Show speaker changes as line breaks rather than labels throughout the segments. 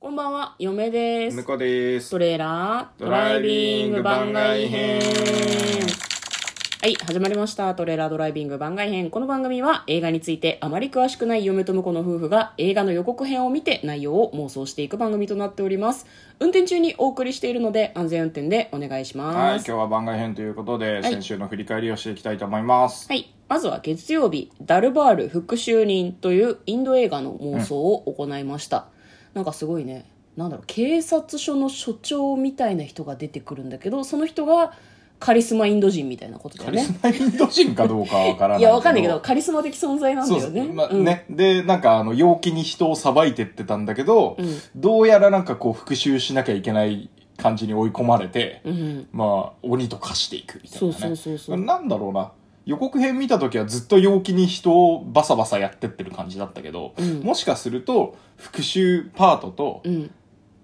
こんばんは、嫁です
向。こうです
ト。レーラード
ド
ラ
ラ
イ
イ
ビ
ビ
ン
ン
グ
グ
番
番
外
外
編
編。
はい、始まりました。トレーラードライビング番外編。この番組は映画についてあまり詳しくない嫁と婿の夫婦が映画の予告編を見て内容を妄想していく番組となっております。運転中にお送りしているので安全運転でお願いし
はい、
ま
今
す。
日
はい、
は番外編ということで、
い
先週の振り返りをしていきたいと思います。
まずは月曜日、ダルバール復讐人というインド映画の妄想を行いました。なんかすごいね、なんだろう、警察署の署長みたいな人が出てくるんだけど、その人がカリスマインド人みたいなことだ
カ
よね
リス。マインド人かどうかはわからない。
いや、わかんないけど、。カリスマ的存在なんだ
そう
よ
そう
ね。
まあ
うん
ね。で、なんか、あの、陽気に人をさばいてってたんだけど、
うん
どうやらなんかこう、復讐しなきゃいけない感じに追い込まれて、
うん。
まあ、鬼と化していくみたいな、
そ
ね。
うそうそうそう。
なんだろうな。予告編見た時はずっと陽気に人をバサバサやってってる感じだったけど、
うん
もしかすると、復讐パートと、
うん。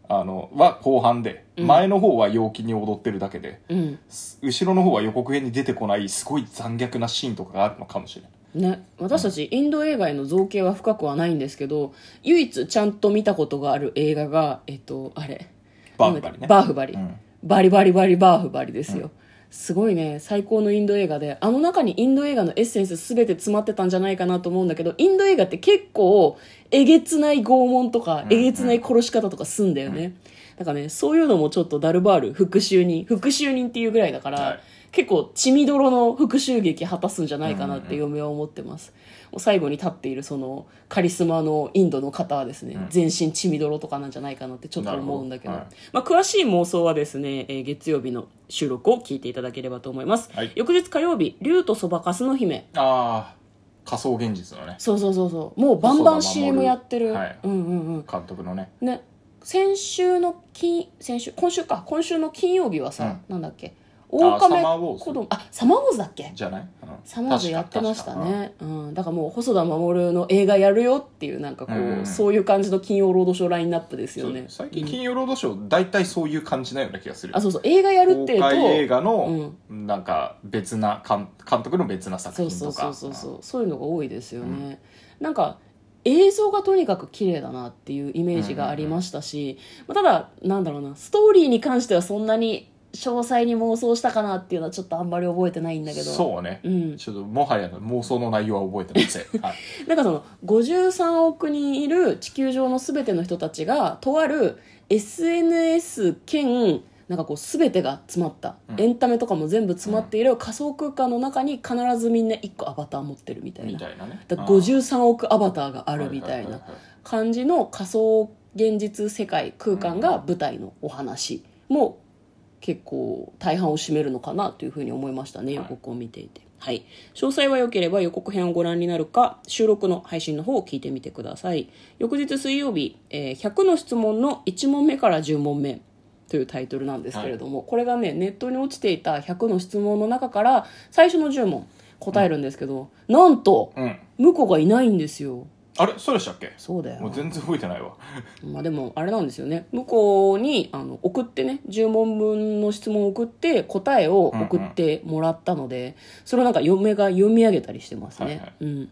あの、は後半で、
うん
前の方は陽気に踊ってるだけで、
うん。
す後ろの方は予告編に出てこない、すごい残虐なシーンとかがあるのかもしれない。
ね、私たちインド映画への造形は深くはないんですけど唯一ちゃんと見たことがある映画がえっとあれ
バーフバリね。
バーフバリ、
うん
バリバリバリバーフバリですよ、すごいね最高のインド映画であの中にインド映画のエッセンス全て詰まってたんじゃないかなと思うんだけどインド映画って結構えげつない拷問とか
うん
えげつない殺し方とかすんだよね、だからねそういうのもちょっとダルバール復讐人復讐人っていうぐらいだから、
はい
結構血みどろの復讐劇果たすんじゃないかなって嫁は思ってます、もう最後に立っているそのカリスマのインドの方はですね、
うん
全身血みどろとかなんじゃないかなってちょっと思うんだけど
なるほど
まあ、詳しい妄想はですね、えー月曜日の収録を聞いていただければと思います、
はい
翌日火曜日「竜とそばかすの姫
あー仮想現実のね」、
そうそうそうそうもうバンバン
細田守
CM やってる、
はい
うんうんうん
監督のね。
ね先週の金先週今週か今週の金曜日はさ、なんだっけ
ー
狼
サマーウォーズ
子供あサマーウォーズだっけ
じゃない、うん
サマーズやってました。ね、うん、だからもう細田守の映画やるよっていうなんかこう、
うんうん
そういう感じの金曜ロードショーラインナップです
確か
よ
確か
ね
そう最近、
うん
金曜ロードショー、大体そういう感じなような気がする。
あそうそう映画やるっていう
公
と
開映画の、なんか、別な、監監督の別な作
そう
品
そ
と
うそ
か。
うそうそうそういうのが多いですよね、なんか映像がとにかく綺麗だなっていうイメージがありましたし、まあただなんだろうなストーリーに関してはそんなに詳細に妄想したかなっていうのはちょっとあんまり覚えてないんだけど
そうね。
うん、
ちょっと、もはや妄想の内容は覚えてません。はい
なんかその53億人いる地球上の全ての人たちがとある SNS 兼なんかこう全てが詰まった、
うん
エンタメとかも全部詰まっている仮想空間の中に必ずみんな1個アバター持って るみたい
み
な
たいなね。
だから53億アバターがあるみたい
は
な
ははは
感じの仮想現実世界空間が舞台のお話も結構大半を占めるのかなというふうに思いましたね予
はい
告を見ていて、はい、詳細は良ければ予告編をご覧になるか収録の配信の方を聞いてみてください翌日水曜日、えー100の質問の1問目から10問目というタイトルなんですけれども、これがねネットに落ちていた100の質問の中から最初の10問答えるんですけど、なんと
うん。
向こうがいないんですよ
あれそうでしたっけ
そうだよ
もう全然覚えてないわ。
まあでもあれなんですよね向こうにあの送ってね10問分の質問を送って答えを送ってもらったので、それをなんか嫁が読み上げたりしてますね、
はいはい
うん、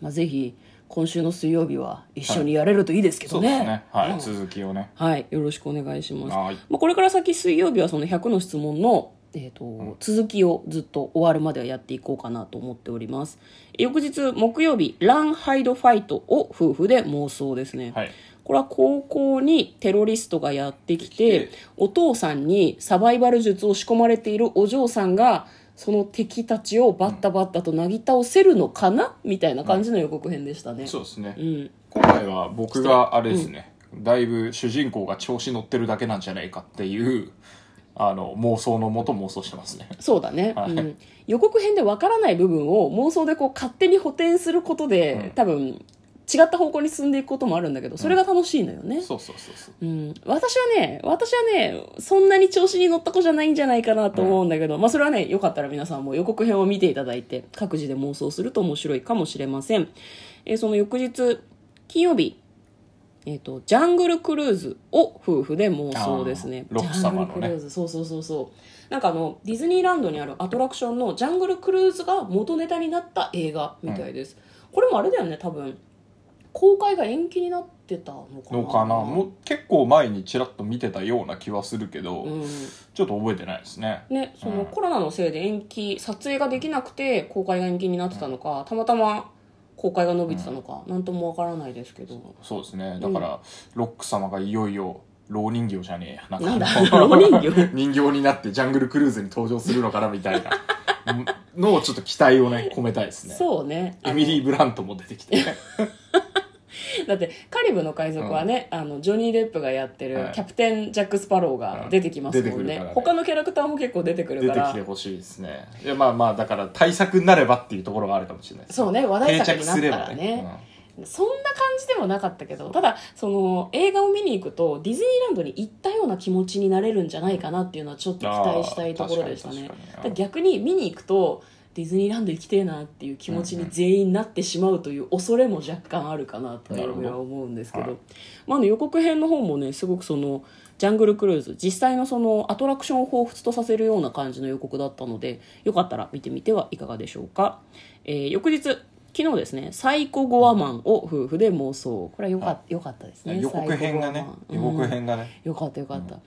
まあ、ぜひ今週の水曜日は一緒にやれるといいですけ
そ
ど
うで
ね,、
す
はい、
ね。はい。
うん
続きをね。
よろしくお願いします、
はい。
まあ、これから先水曜日はその100の質問の、えーと続きをずっと終わるまではやっていこうかなと思っております翌日木曜日ランハイドファイトを夫婦で妄想ですね、
はい。
これは高校にテロリストがやってきて
来て
お父さんにサバイバル術を仕込まれているお嬢さんがその敵たちをバッタバッタとなぎ倒せるのかなみたいな感じの予告編でしたね。
そうですね
う。ん、
今回は僕があれですね。だいぶ主人公が調子乗ってるだけなんじゃないかっていう、あの、妄想のもと妄想してますね。
そうだね、
はい
うん、予告編でわからない部分を妄想でこう勝手に補填することで、
うん
多分違った方向に進んでいくこともあるんだけどそれが楽しいのよね、
そうそうそうそ
う
う。
ん、私はね、私はね、そんなに調子に乗った子じゃないんじゃないかなと思うんだけど、まあそれはね、よかったら皆さんも予告編を見ていただいて、各自で妄想すると面白いかもしれません。えーその翌日、金曜日、えっ、と、ジャングルクルーズを夫婦で妄想ですね。
あーロック様のね
ジャングルクルーズ、そうそうそうそう。なんかあの、ディズニーランドにあるアトラクションのジャングルクルーズが元ネタになった映画みたいです。これもあれだよね、多分。公開が延期になっってたのかな
のかなもう結構前にちらっと見てたような気はするけど、
うん
ちょっと覚えてないですね
ね、その
うん
コロナのせいで延期撮影ができなくて公開が延期になってたのかたまたま公開が伸びてたのかなんともわからないですけど
そうですねだから、ロック様がいよいよ老人形じゃねえや
なんだ
あの
老人形
人形になってジャングルクルーズに登場するのかなみたいなのをちょっと期待をね込めたいですね
そうねあ
エ
の
ミリー・ブラントも出てきてね
だってカリブの海賊はね、あのジョニー・デップがやって
は
る
い
キャプテン・ジャック・スパローが出てきますも
うん
ん
出てくる
ね,、
からね
他のキャラクターも結構出てくる
出
か
て
ら
きてほしいですねいやまあまあだから対策になればっていうところはあるかもしれないです
そうね話題
定
作
着
になっ
す
た
れ
ら
ば
ね
ね、
そんな感じでもなかったけどただその映画を見に行くとディズニーランドに行ったような気持ちになれるんじゃないかなっていうのはちょっと期待したいところでした
あー
ね
確かに確かに
だから逆に見に行くとディズニーランド行きてえなっていう気持ちに全員なってしまうという恐れも若干あるかなというのは思うんですけど
なるほ
まあ、あの予告編の方もねすごくそのジャングルクルーズ実際のそのアトラクションを彷彿とさせるような感じの予告だったのでよかったら見てみてはいかがでしょうか、えー翌日昨日ですねサイコゴアマンを夫婦で妄想これはよか,、
は
よかったです
うん
ね
予告編がね
サイコ
予
ゴアマン
告編がね、
うんよかったよかった、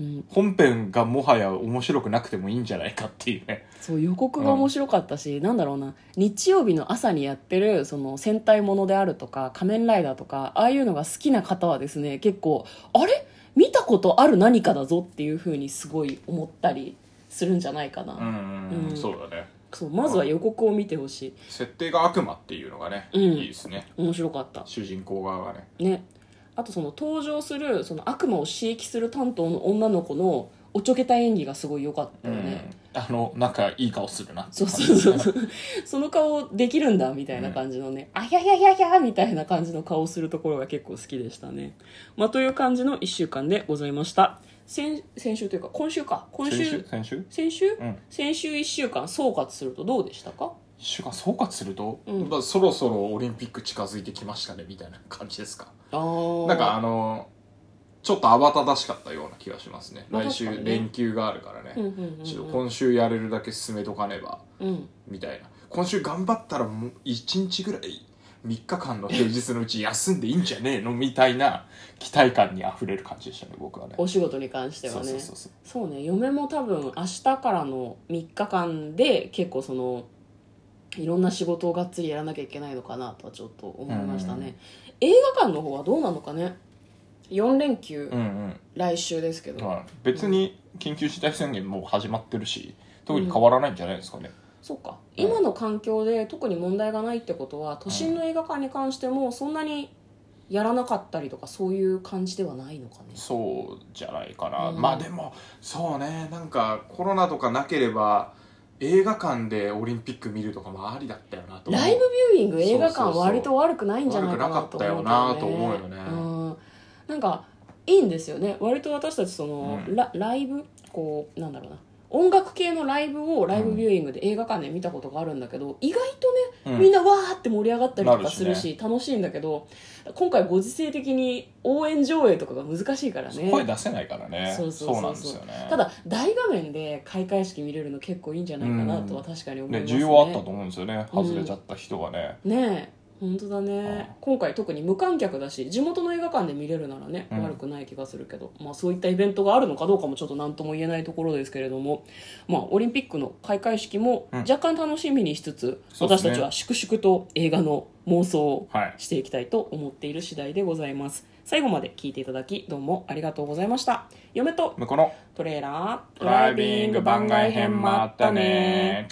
うん、
本編がもはや面白くなくてもいいんじゃないかっていうね
そう予告が面白かったし、なんだろうな日曜日の朝にやってるその戦隊ものであるとか仮面ライダーとかああいうのが好きな方はですね結構あれ見たことある何かだぞっていうふうにすごい思ったりするんじゃないかな、
うん、
うん
そうだね
そうまずは予告を見てほしい
設定が悪魔っていうのがね、
うん
いいですね
面白かった
主人公側がね
ねあとその登場するその悪魔を刺激する担当の女の子のおちょけた演技がすごい良かったよね、
うん、あのなんかいい顔するな
そうそうそうそうその顔できるんだみたいな感じのね、あひゃひゃひゃひゃみたいな感じの顔をするところが結構好きでしたね、まあ、という感じの1週間でございました先先週というか今週か今
先
週
週先週
先週、
うん
先週1週間総括するとどうでしたか
週間総括すると、
うん
まあ、そろそろオリンピック近づいてきましたねみたいな感じですか
あー
なんかあのちょっと慌ただしかったような気がしますね
まあ
来
確か
週
にね
連休があるからね、
うんうんうんうん
ちょっと今週やれるだけ進めとかねば
うん
みたいな今週頑張ったらもう1日ぐらい3日間の平日のうち休んでいいんじゃねえのみたいな期待感にあふれる感じでしたね僕はね
お仕事に関しては
そ
ね
うそうそうそう
そうね嫁も多分明日からの3日間で結構そのいろんな仕事をがっつりやらなきゃいけないのかなとはちょっと思いましたね、映画館の方はどうなのかね4連休、
うん
来週ですけど、
うん、まあ、別に緊急事態宣言もう始まってるし特に変わらないんじゃないですかね、
そうか
うん
今の環境で特に問題がないってことは都心の映画館に関してもそんなにやらなかったりとかそういう感じではないのかね
そうじゃないかな、
うん
まあでもそうねなんかコロナとかなければ映画館でオリンピック見るとかもありだったよなと思う
ライブビューイング映画館割と悪くないんじゃないかなと思うけどね
悪くなかったよなと思うよね
うん、なんかいいんですよね割と私たちその、
うん
ラライブこうなんだろうな音楽系のライブをライブビューイングで映画館で見たことがあるんだけど、意外とね、
うん
みんなわーって盛り上がったりと
な
か
るし
す
ね
るし楽しいんだけど今回ご時世的に応援上映とかが難しいからね
声出せないからね
そうそうそうそう
なんですよね
ただ大画面で開会式見れるの結構いいんじゃないかなとは確かに思い
ね
ますね、
需要はあったと思うんですよね外れちゃった人がね、
ねえ本当だね、
う
今回特に無観客だし地元の映画館で見れるならね、
うん
悪くない気がするけど、まあ、そういったイベントがあるのかどうかもちょっと何とも言えないところですけれども、まあ、オリンピックの開会式も
うん
若干楽しみにしつつ、
そうで
私
すね
たちは粛々と映画の妄想を
はい
していきたいと思っている次第でございます最後まで聞いていただきどうもありがとうございました嫁と
向こうの
トレーラード
ドライビング番外編もあったね